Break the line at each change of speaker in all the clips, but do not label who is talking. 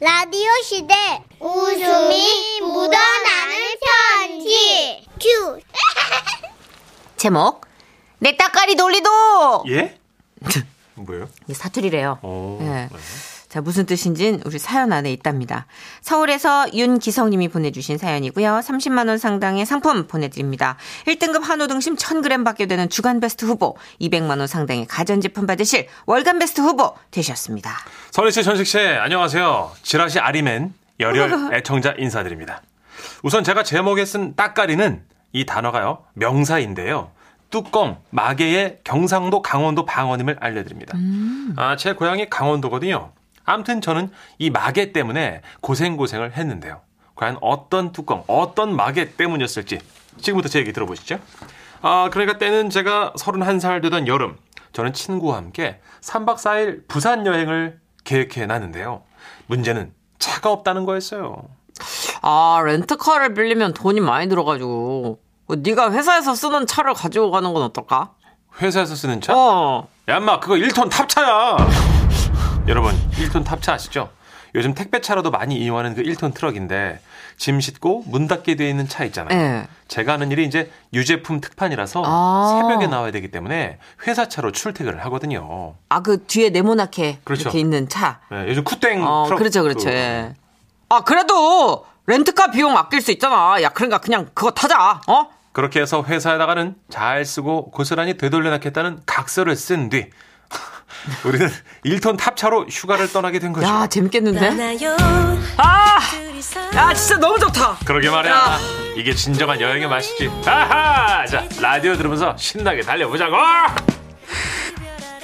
라디오 시대 웃음이 묻어나는 편지 큐
제목 내 따까리 돌리도
예? 뭐예요?
이게 사투리래요.
어.
예.
네.
자 무슨 뜻인진 우리 사연 안에 있답니다. 서울에서 윤기성님이 보내주신 사연이고요. 30만 원 상당의 상품 보내드립니다. 1등급 한우 등심 1,000g 받게 되는 주간 베스트 후보, 200만 원 상당의 가전제품 받으실 월간 베스트 후보 되셨습니다.
선희 씨, 전식 씨, 안녕하세요. 지라시 아리맨 열혈 애청자 인사드립니다. 우선 제가 제목에 쓴 따까리는 이 단어가요 명사인데요. 뚜껑 마개의 경상도 강원도 방언임을 알려드립니다. 아, 제 고향이 강원도거든요. 암튼 저는 이 마개 때문에 고생 고생을 했는데요. 과연 어떤 뚜껑, 어떤 마개 때문이었을지 지금부터 제 얘기 들어보시죠. 아, 그러니까 때는 제가 31살 되던 여름, 저는 친구와 함께 3박 4일 부산 여행을 계획해 놨는데요. 문제는 차가 없다는 거였어요.
아 렌트카를 빌리면 돈이 많이 들어가지고 네가 회사에서 쓰는 차를 가지고 가는 건 어떨까?
회사에서 쓰는 차?
어.
야, 인마 그거 1톤 탑차야. 여러분, 1톤 탑차 아시죠? 요즘 택배차로도 많이 이용하는 그 1톤 트럭인데 짐 싣고 문 닫게 돼 있는 차 있잖아요.
예.
제가 하는 일이 이제 유제품 특판이라서
아.
새벽에 나와야 되기 때문에 회사 차로 출퇴근을 하거든요.
아 그 뒤에 네모나게
그렇죠.
이렇게 있는 차.
예, 요즘 쿠땡
어,
트럭
그렇죠, 그렇죠.
그-
예. 아, 그래도 렌트카 비용 아낄 수 있잖아. 야, 그러니까 그냥 그거 타자. 어?
그렇게 해서 회사에다가는 잘 쓰고 고스란히 되돌려놨겠다는 각서를 쓴 뒤 우리는 1톤 탑차로 휴가를 떠나게 된 거죠.
야, 재밌겠는데?
나요
아!
둘이서
야, 진짜 너무 좋다.
그러게 말이야.
야.
이게 진정한 여행의 맛이지. 아하! 자, 라디오 들으면서 신나게 달려보자고!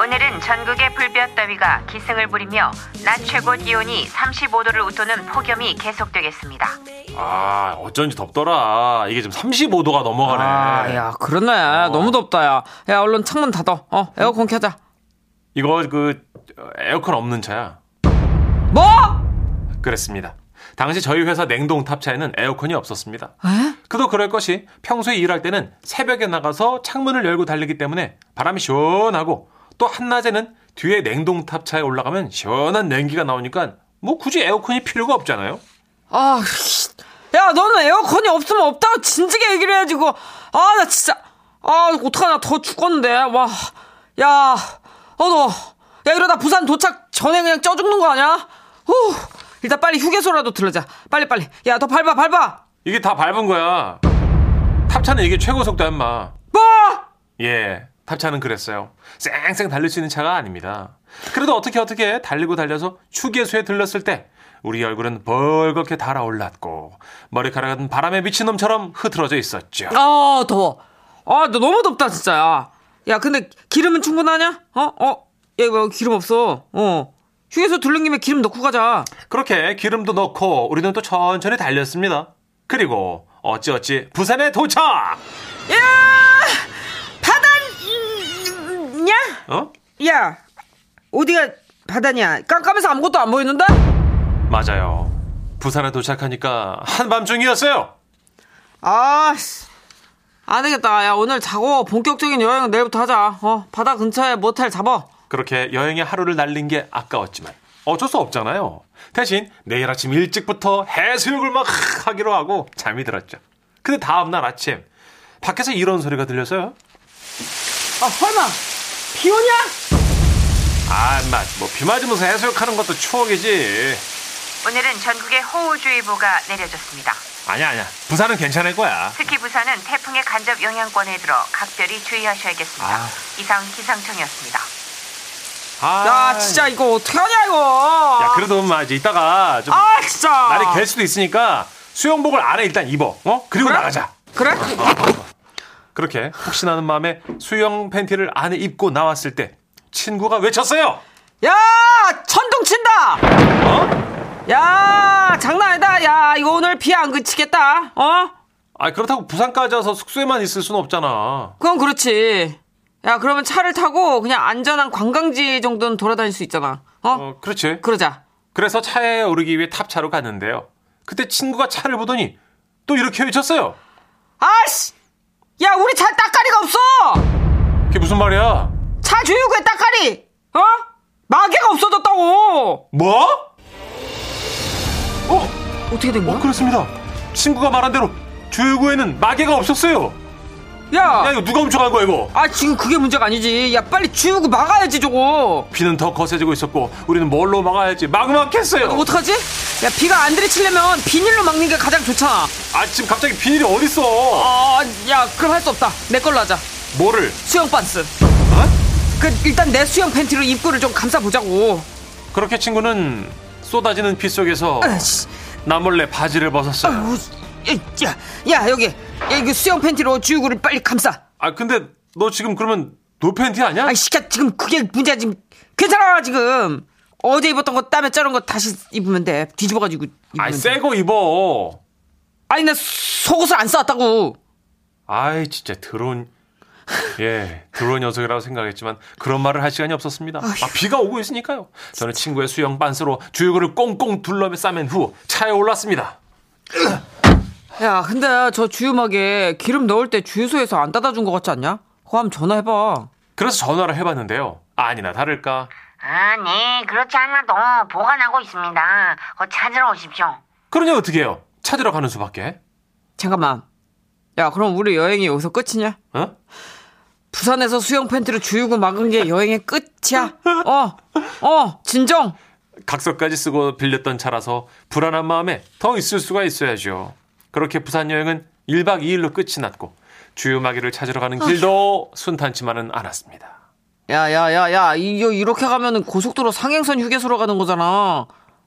오늘은 전국의 불볕 더위가 기승을 부리며 낮 최고 기온이 35도를 웃도는 폭염이 계속되겠습니다.
아, 어쩐지 덥더라. 이게 지금 35도가 넘어가네.
아, 야, 그러네. 너무 덥다, 야. 야, 얼른 창문 닫아. 어, 에어컨 켜자.
이거 그 에어컨 없는 차야.
뭐?
그랬습니다. 당시 저희 회사 냉동 탑차에는 에어컨이 없었습니다. 그도 그럴 것이 평소에 일할 때는 새벽에 나가서 창문을 열고 달리기 때문에 바람이 시원하고 또 한낮에는 뒤에 냉동 탑차에 올라가면 시원한 냉기가 나오니까 뭐 굳이 에어컨이 필요가 없잖아요.
아, 씨. 야, 너는 에어컨이 없으면 없다고 진지게 얘기를 해야지, 그거. 아, 나 진짜. 아, 어떡하나. 더 죽겠는데. 와. 야, 어, 너. 야, 이러다 부산 도착 전에 그냥 쪄 죽는 거 아니야? 후. 일단 빨리 휴게소라도 들르자. 빨리빨리. 야, 더 밟아, 밟아.
이게 다 밟은 거야. 탑차는 이게 최고 속도야, 인마.
뭐?
예, 탑차는 그랬어요. 쌩쌩 달릴 수 있는 차가 아닙니다. 그래도 어떻게 어떻게 달리고 달려서 휴게소에 들렀을 때 우리 얼굴은 벌겋게 달아올랐고 머리카락은 바람에 미친 놈처럼 흐트러져 있었죠.
아, 더워. 아, 너 너무 덥다, 진짜. 야, 야 근데 기름은 충분하냐? 어? 어? 야, 이거 기름 없어. 어. 휴게소 들른 김에 기름 넣고 가자.
그렇게 기름도 넣고 우리는 또 천천히 달렸습니다. 그리고 어찌어찌 부산에 도착!
야! 바다냐?
어?
야, 어디가 바다냐? 깜깜해서 아무것도 안 보이는데?
맞아요. 부산에 도착하니까 한밤중이었어요.
아, 씨. 안 되겠다. 야, 오늘 자고 본격적인 여행은 내일부터 하자. 어, 바다 근처에 모텔 잡아.
그렇게 여행의 하루를 날린 게 아까웠지만 어쩔 수 없잖아요. 대신 내일 아침 일찍부터 해수욕을 막 하기로 하고 잠이 들었죠. 근데 다음날 아침 밖에서 이런 소리가 들려서요.
아, 설마 비 오냐?
아, 인마, 뭐비 맞으면서 해수욕하는 것도 추억이지.
오늘은 전국에 호우주의보가 내려졌습니다.
아니야, 아니야. 부산은 괜찮을 거야.
특히 부산은 태풍의 간접 영향권에 들어 각별히 주의하셔야겠습니다.
아.
이상 기상청이었습니다.
아,
야, 진짜 이거 어떻게 하냐 이거?
야, 그래도 인마 이제 이따가 좀
아, 진짜.
날이 갤 수도 있으니까 수영복을 안에 일단 입어. 어? 그리고
그래?
나가자.
그래?
그렇게 혹시나 하는 마음에 수영 팬티를 안에 입고 나왔을 때 친구가 외쳤어요.
야, 천둥 친다.
어?
야, 장난 아니다. 야, 이거 오늘 비 안 그치겠다. 어?
아 그렇다고 부산까지 와서 숙소에만 있을 수는 없잖아.
그건 그렇지. 야, 그러면 차를 타고 그냥 안전한 관광지 정도는 돌아다닐 수 있잖아. 어?
어, 그렇지.
그러자.
그래서 차에 오르기 위해 탑차로 갔는데요. 그때 친구가 차를 보더니 또 이렇게 외쳤어요.
아씨! 야, 우리 차에 따까리가 없어!
그게 무슨 말이야?
차 주유구에 따까리! 어? 마개가 없어졌다고!
뭐?
어떻게 된 거야?
어, 그렇습니다. 친구가 말한 대로 주유구에는 마개가 없었어요.
야,
그- 야, 이거 누가 훔쳐간 거야, 이거?
아 지금 그게 문제가 아니지. 야 빨리 지우고 막아야지 저거.
비는 더 거세지고 있었고 우리는 뭘로 막아야지 막막했어요.
이거 어떡하지? 야 비가 안 들이치려면 비닐로 막는 게 가장 좋잖아.
아침 갑자기 비닐이 어딨어?
아, 야 그럼 할 수 없다. 내 걸로 하자.
뭐를?
수영 반스.
어?
그 일단 내 수영 팬티로 입구를 좀 감싸 보자고.
그렇게 친구는 쏟아지는 비 속에서
아이씨.
나몰래 바지를 벗었어요.
아우, 야, 야 여기 야, 이거 수영 팬티로 지우고를 빨리 감싸.
아 근데 너 지금 그러면 노 팬티 아니야?
아 시켜 지금 그게 문제야 지금 괜찮아 지금 어제 입었던 거 땀에 자른 거 다시 입으면 돼 뒤집어가지고 입으면
아이
돼.
새거 입어.
아니 나 속옷을 안 싸왔다고
아이 진짜 드론 예 드론 녀석이라고 생각했지만 그런 말을 할 시간이 없었습니다. 아 비가 오고 있으니까요. 저는 친구의 수영 반스로 주유구를 꽁꽁 둘러매 싸맨 후 차에 올랐습니다.
야 근데 저 주유막에 기름 넣을 때 주유소에서 안 닫아준 거 같지 않냐? 그거 한번 전화해봐
그래서 전화를 해봤는데요. 아니나 다를까
아, 네, 그렇지 않아도 보관하고 있습니다. 곧 찾으러 오십시오.
그러니 어떻게 해요? 찾으러 가는 수밖에.
잠깐만 야 그럼 우리 여행이 여기서 끝이냐?
어?
부산에서 수영 팬티로 주유구 막은 게 여행의 끝이야 어어 진정
각서까지 쓰고 빌렸던 차라서 불안한 마음에 더 있을 수가 있어야죠. 그렇게 부산 여행은 1박 2일로 끝이 났고 주유마기를 찾으러 가는 길도 순탄치만은 않았습니다.
야야야야 이거 이렇게 가면은 고속도로 상행선 휴게소로 가는 거잖아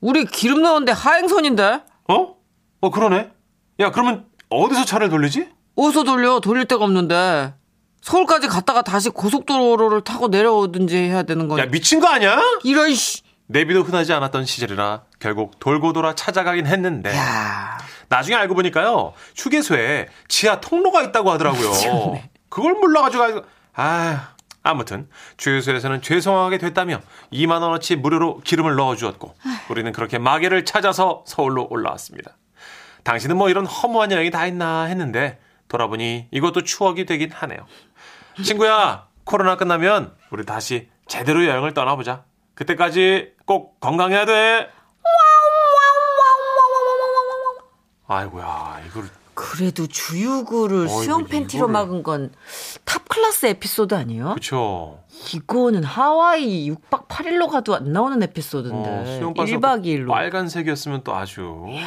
우리 기름 넣었는데 하행선인데
어? 어 그러네. 야 그러면 어디서 차를 돌리지?
어디서 돌려 돌릴 데가 없는데 서울까지 갔다가 다시 고속도로를 타고 내려오든지 해야 되는 거니
야 미친 거 아니야?
이런 씨
내비도 흔하지 않았던 시절이라 결국 돌고 돌아 찾아가긴 했는데
야.
나중에 알고 보니까요 휴게소에 지하 통로가 있다고 하더라고요. 그걸 몰라가지고 아 아무튼 주유소에서는 죄송하게 됐다며 2만 원어치 무료로 기름을 넣어주었고 우리는 그렇게 마개를 찾아서 서울로 올라왔습니다. 당신은 뭐 이런 허무한 여행이 다 있나 했는데 돌아보니 이것도 추억이 되긴 하네요. 친구야 코로나 끝나면 우리 다시 제대로 여행을 떠나보자. 그때까지 꼭 건강해야 돼. 아이고야 이걸
그래도 주유구를
어이구,
수영 팬티로
이거를.
막은 건 탑 클래스 에피소드 아니에요?
그쵸.
이거는 하와이 6박 8일로 가도 안 나오는 에피소드인데
어, 수영 빠져서
1박 네. 2일로
빨간색이었으면 또 아주 예.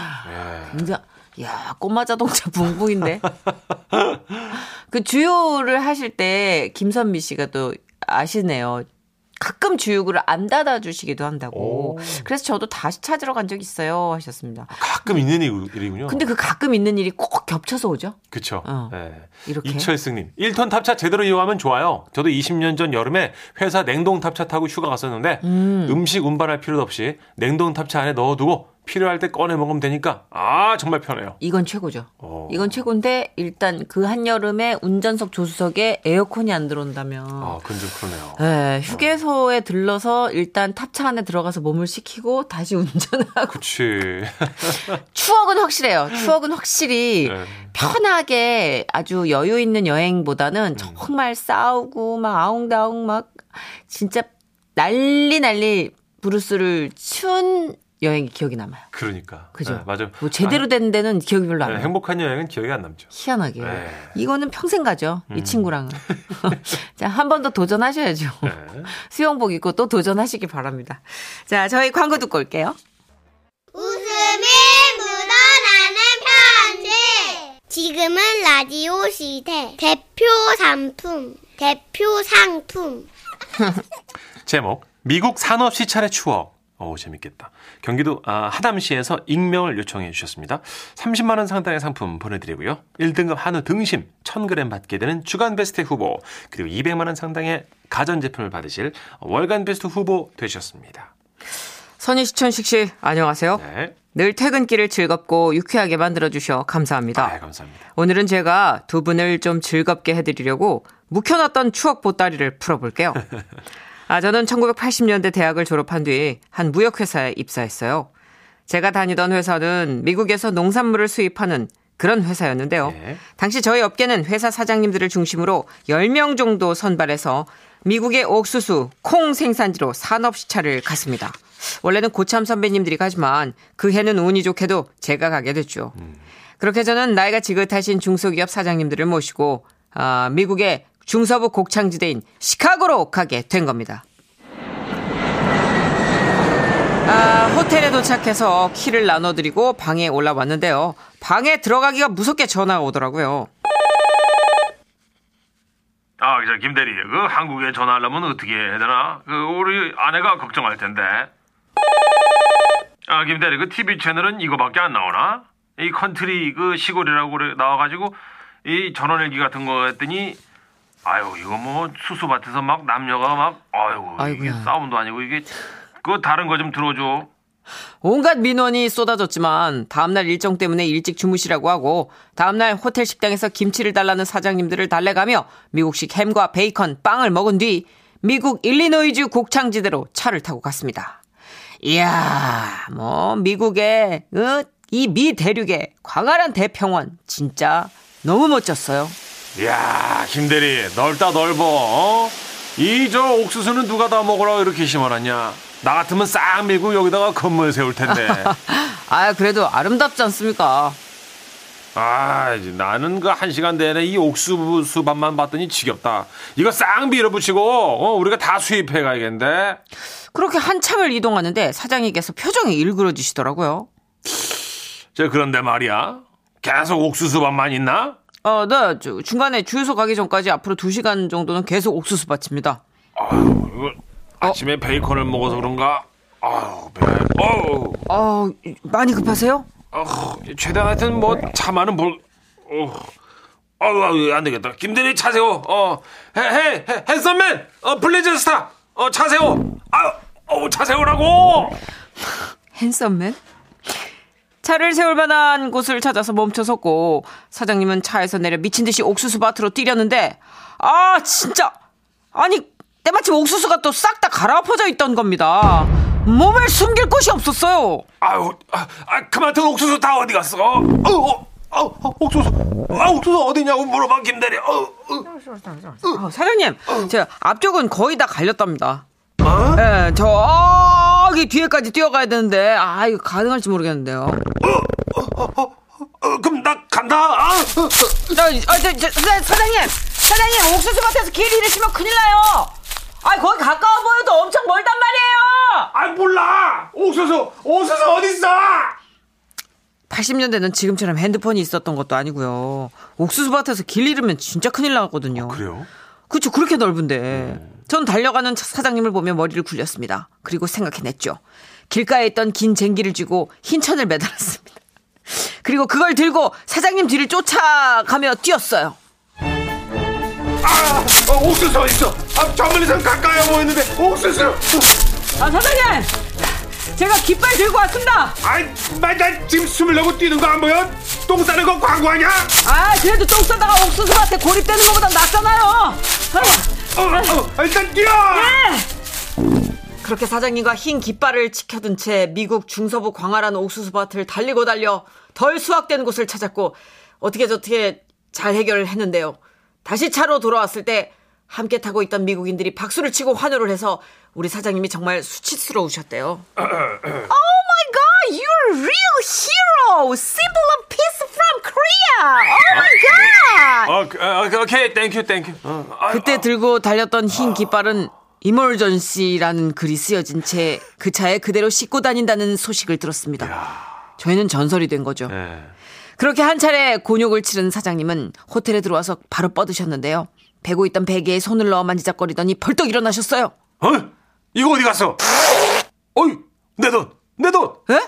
굉장히 야 꼬마 자동차 붕붕인데 그 주유를 하실 때 김선미 씨가 또 아시네요. 가끔 주유구를 안 닫아주시기도 한다고.
오.
그래서 저도 다시 찾으러 간 적이 있어요 하셨습니다.
가끔 있는 일- 일이군요.
근데 그 가끔 있는 일이 꼭 겹쳐서 오죠.
그쵸.
어.
예.
이렇게.
이철승님, 1톤 탑차 제대로 이용하면 좋아요. 저도 20년 전 여름에 회사 냉동 탑차 타고 휴가 갔었는데 음. 식 운반할 필요도 없이 냉동 탑차 안에 넣어두고 필요할 때 꺼내 먹으면 되니까 아 정말 편해요.
이건 최고죠.
어.
이건 최고인데 일단 그 한여름에 운전석 조수석에 에어컨이 안 들어온다면
아 그건 좀 그러네요.
네, 휴게소에 들러서 일단 탑차 안에 들어가서 몸을 식히고 다시 운전하고
그치.
추억은 확실해요. 추억은 확실히
예.
편하게 아주 여유 있는 여행보다는
음.
정말 싸우고 막 아웅다웅 막 진짜 난리 난리 브루스를 추운 여행이 기억이 남아요.
그러니까.
그죠?
예, 맞아요.
뭐 제대로 된 데는 기억이 별로 안
아, 예,
나요.
행복한 여행은 기억이 안 남죠.
희한하게.
네.
이거는 평생 가죠. 이 친구랑은. 자, 한 번 더 도전하셔야죠.
예.
수영복 입고 또 도전하시기 바랍니다. 자, 저희 광고 듣고 올게요.
웃음이 묻어나는 편지. 지금은 라디오 시대 대표 상품, 대표 상품.
제목 미국 산업 시찰의 추억. 어 재밌겠다. 경기도 아, 하남시에서 익명을 요청해 주셨습니다. 30만 원 상당의 상품 보내드리고요. 1등급 한우 등심 1,000g 받게 되는 주간 베스트 후보 그리고 200만 원 상당의 가전 제품을 받으실 월간 베스트 후보 되셨습니다.
선희시천식 씨, 안녕하세요.
네,
늘 퇴근길을 즐겁고 유쾌하게 만들어주셔 감사합니다.
아, 감사합니다.
오늘은 제가 두 분을 좀 즐겁게 해드리려고 묵혀놨던 추억 보따리를 풀어볼게요. 아, 저는 1980년대 대학을 졸업한 뒤 한 무역회사에 입사했어요. 제가 다니던 회사는 미국에서 농산물을 수입하는 그런 회사였는데요.
네.
당시 저희 업계는 회사 사장님들을 중심으로 10명 정도 선발해서 미국의 옥수수, 콩 생산지로 산업 시찰을 갔습니다. 원래는 고참 선배님들이 가지만 그 해는 운이 좋게도 제가 가게 됐죠. 그렇게 저는 나이가 지긋하신 중소기업 사장님들을 모시고 아, 미국의 중서부 곡창지대인 시카고로 가게 된 겁니다. 아, 호텔에 도착해서 키를 나눠드리고 방에 올라왔는데요. 방에 들어가기가 무섭게 전화가 오더라고요.
아, 저 김대리, 그 한국에 전화하려면 어떻게 해야 되나? 그 우리 아내가 걱정할 텐데. 아, 김대리, 그 TV 채널은 이거밖에 안 나오나? 이 컨트리 그 시골이라고 그래 나와가지고 이 전원일기 같은 거 했더니 아유 이거 뭐 수수밭에서 막 남녀가 막 아유 이게
아이고야.
싸움도 아니고 이게 그 다른 거 좀 들어줘.
온갖 민원이 쏟아졌지만 다음날 일정 때문에 일찍 주무시라고 하고 다음날 호텔 식당에서 김치를 달라는 사장님들을 달래가며 미국식 햄과 베이컨, 빵을 먹은 뒤 미국 일리노이주 곡창지대로 차를 타고 갔습니다. 이야, 뭐 미국의 어? 이 미 대륙의 광활한 대평원 진짜 너무 멋졌어요.
야 김대리 넓다 넓어 어? 이 저 옥수수는 누가 다 먹으라고 이렇게 심어놨냐 나 같으면 싹 밀고 여기다가 건물 세울 텐데
아 그래도 아름답지 않습니까?
아 이제 나는 그 한 시간 내내 이 옥수수 밥만 봤더니 지겹다 이거 싹 밀어붙이고 어, 우리가 다 수입해 가야겠는데
그렇게 한참을 이동하는데 사장님께서 표정이 일그러지시더라고요.
저 그런데 말이야 계속 옥수수 밥만 있나
어, 네. 저 중간에 주유소 가기 전까지 앞으로 2시간 정도는 계속 옥수수 밭입니다.
이거 아침에 베이컨을 먹어서 그런가 아유 배 어우
어, 많이 급하세요?
어, 최대한 하여튼 뭐 차만은 볼. 어, 아우, 아우, 안 되겠다. 김대리 차 세워. 어, 헤, 헤, 헤, 핸섬맨. 어, 블레이즈 스타. 어, 차 세워. 아우, 어, 차 세우라고.
핸섬맨? 차를 세울 만한 곳을 찾아서 멈춰섰고 사장님은 차에서 내려 미친 듯이 옥수수 밭으로 뛰려는데 아 진짜 아니 때마침 옥수수가 또 싹 다 갈아엎어져 있던 겁니다 몸을 숨길 곳이 없었어요
아우, 아, 아, 그만둔 옥수수 다 어디 갔어? 어, 어, 어, 어, 옥수수. 아, 옥수수 어디냐고 물어봐, 김대리. 어, 어.
어, 사장님, 제가 앞쪽은 거의 다 갈렸답니다. 예, 저기 뒤에까지 뛰어가야 되는데, 아, 이거 가능할지 모르겠는데요.
어, 그럼 나 간다. 아, 어.
저, 아, 저, 저, 사- 사장님! 사장님, 옥수수밭에서 길 잃으시면 큰일 나요! 아, 거기 가까워 보여도 엄청 멀단 말이에요!
아, 몰라. 옥수수, 옥수수 어딨어?
80년대는 지금처럼 핸드폰이 있었던 것도 아니고요. 옥수수밭에서 길 잃으면 진짜 큰일 나거든요.
아, 그래요? 네.
그렇죠. 그렇게 넓은데. 전 달려가는 차- 사장님을 보며 머리를 굴렸습니다. 그리고 생각해냈죠. 길가에 있던 긴 쟁기를 쥐고 흰 천을 매달았습니다. 그리고 그걸 들고 사장님 뒤를 쫓아가며 뛰었어요.
아, 어, 옥수수 어딨어? 아, 저 멀리서 가까이 보이는데, 옥수수.
아, 사장님! 제가 깃발 들고 왔습니다!
아이, 말나 지금 숨으려고 뛰는 거 안 보여? 똥 싸는 거 광고하냐?
아, 그래도 똥 싸다가 옥수수밭에 고립되는 것보다 낫잖아요!
어, 어, 일단 뛰어!
그렇게 사장님과 흰 깃발을 치켜둔 채 미국 중서부 광활한 옥수수밭을 달리고 달려 덜 수확된 곳을 찾았고 어떻게 저떻게 잘 해결을 했는데요. 다시 차로 돌아왔을 때 함께 타고 있던 미국인들이 박수를 치고 환호를 해서 우리 사장님이 정말 수치스러우셨대요. Oh my god, you're a real hero! Symbol of peace from Korea! Oh my god!
어, 그, 어, 그, 오케이, 땡큐, 땡큐. 어, 아,
그때 들고 달렸던 흰 깃발은 이멀전시라는 글이 쓰여진 채 그 차에 그대로 싣고 다닌다는 소식을 들었습니다. 저희는 전설이 된 거죠.
예.
그렇게 한 차례 곤욕을 치른 사장님은 호텔에 들어와서 바로 뻗으셨는데요. 베고 있던 베개에 손을 넣어 만지작거리더니 벌떡 일어나셨어요.
어? 이거 어디 갔어? 어이, 내 돈, 내 돈!
에? 예?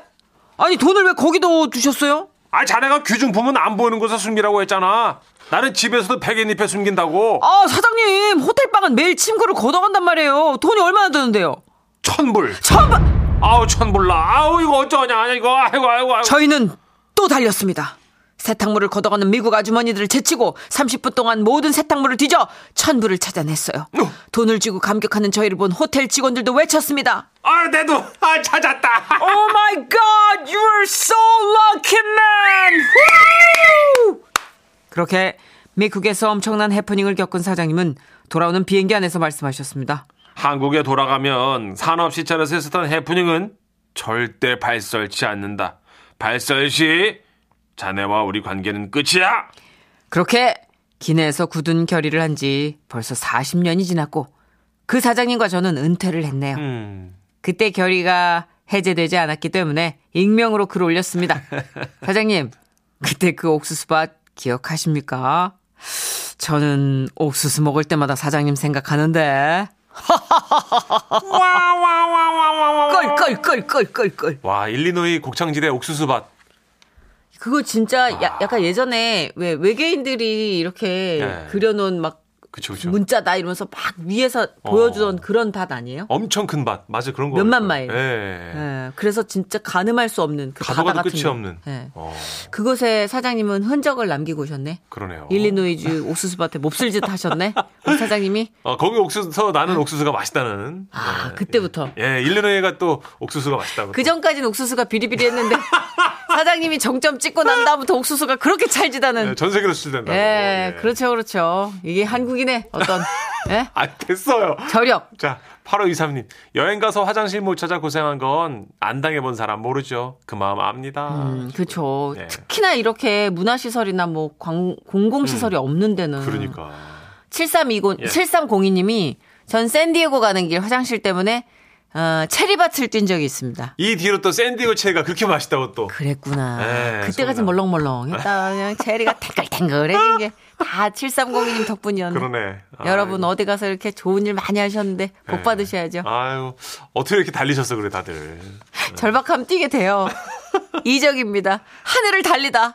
아니 돈을 왜 거기다 두셨어요?
아, 자네가 귀중품은 안 보이는 곳에 숨기라고 했잖아. 나는 집에서도 베개잎에 숨긴다고.
아 사장님 호텔방은 매일 침구를 걷어간단 말이에요. 돈이 얼마나 드는데요?
천불.
처음
아우, 천불라. 아우, 이거 어쩌냐, 이거. 아이고, 아이고, 아이고.
저희는 또 달렸습니다. 세탁물을 걷어가는 미국 아주머니들을 제치고 30분 동안 모든 세탁물을 뒤져 천불을 찾아냈어요.
어.
돈을 쥐고 감격하는 저희를 본 호텔 직원들도 외쳤습니다.
아, 내 돈. 아, 찾았다.
Oh my god, you are so lucky man! 그렇게 미국에서 엄청난 해프닝을 겪은 사장님은 돌아오는 비행기 안에서 말씀하셨습니다.
한국에 돌아가면 산업시찰에서 했었던 해프닝은 절대 발설치 않는다. 발설시 자네와 우리 관계는 끝이야.
그렇게 기내에서 굳은 결의를 한 지 벌써 40년이 지났고 그 사장님과 저는 은퇴를 했네요.
음,
그때 결의가 해제되지 않았기 때문에 익명으로 글을 올렸습니다. 사장님, 그때 그 옥수수밭 기억하십니까? 저는 옥수수 먹을 때마다 사장님 생각하는데. 그 껄껄껄껄껄껄.
와 일리노이 곡창지대 옥수수밭
그거 진짜 야- 약간 예전에 왜 외계인들이 이렇게
네. 그렇죠.
그려놓은 막
그쵸 그쵸
문자다 이러면서 막 위에서 보여주던
어.
그런 밭 아니에요?
엄청 큰 밭 맞아 그런 거
몇만
같아요.
마일.
예.
예, 그래서 진짜 가늠할 수 없는 그
가도
바다
가도
같은
끝이
거.
없는.
예.
어
그곳에 사장님은 흔적을 남기고 오셨네.
그러네요.
일리노이주 옥수수밭에 몹쓸짓 하셨네. 우리 사장님이
어, 거기 옥수수 나는 옥수수가 맛있다는.
아
예.
그때부터
예, 일리노이가 또 옥수수가 맛있다고.
그 전까지는 옥수수가 비리비리했는데 사장님이 정점 찍고 난 다음부터 옥수수가 그렇게
예,
찰지다는.
전 세계로 수출된다.
예,
네,
그렇죠, 그렇죠. 이게 한국인의 어떤 예?
아 됐어요.
저력.
자, 8523님. 여행 가서 화장실 못 찾아 고생한 건 안 당해본 사람 모르죠. 그 마음 압니다.
음, 그렇죠.
예.
특히나 이렇게 문화시설이나 뭐 광- 공공시설이 없는 데는
그러니까.
7320,
예.
7302님이 전 샌디에고 가는 길 화장실 때문에 어, 체리밭을 뛴 적이 있습니다.
이 뒤로 또 샌디고 체가 그렇게 맛있다고 또.
그랬구나.
예,
그때까지
소문나.
멀렁멀렁했다. 그냥 체리가 탱글탱글해진 게 다 7302님 덕분이었네.
아! 그러네. 아,
여러분
이거.
어디 가서 이렇게 좋은 일 많이 하셨는데 복
예.
받으셔야죠.
아유, 네. 어떻게 이렇게 달리셨어, 그래, 다들.
절박함 뛰게 돼요. 이적입니다. 하늘을 달리다.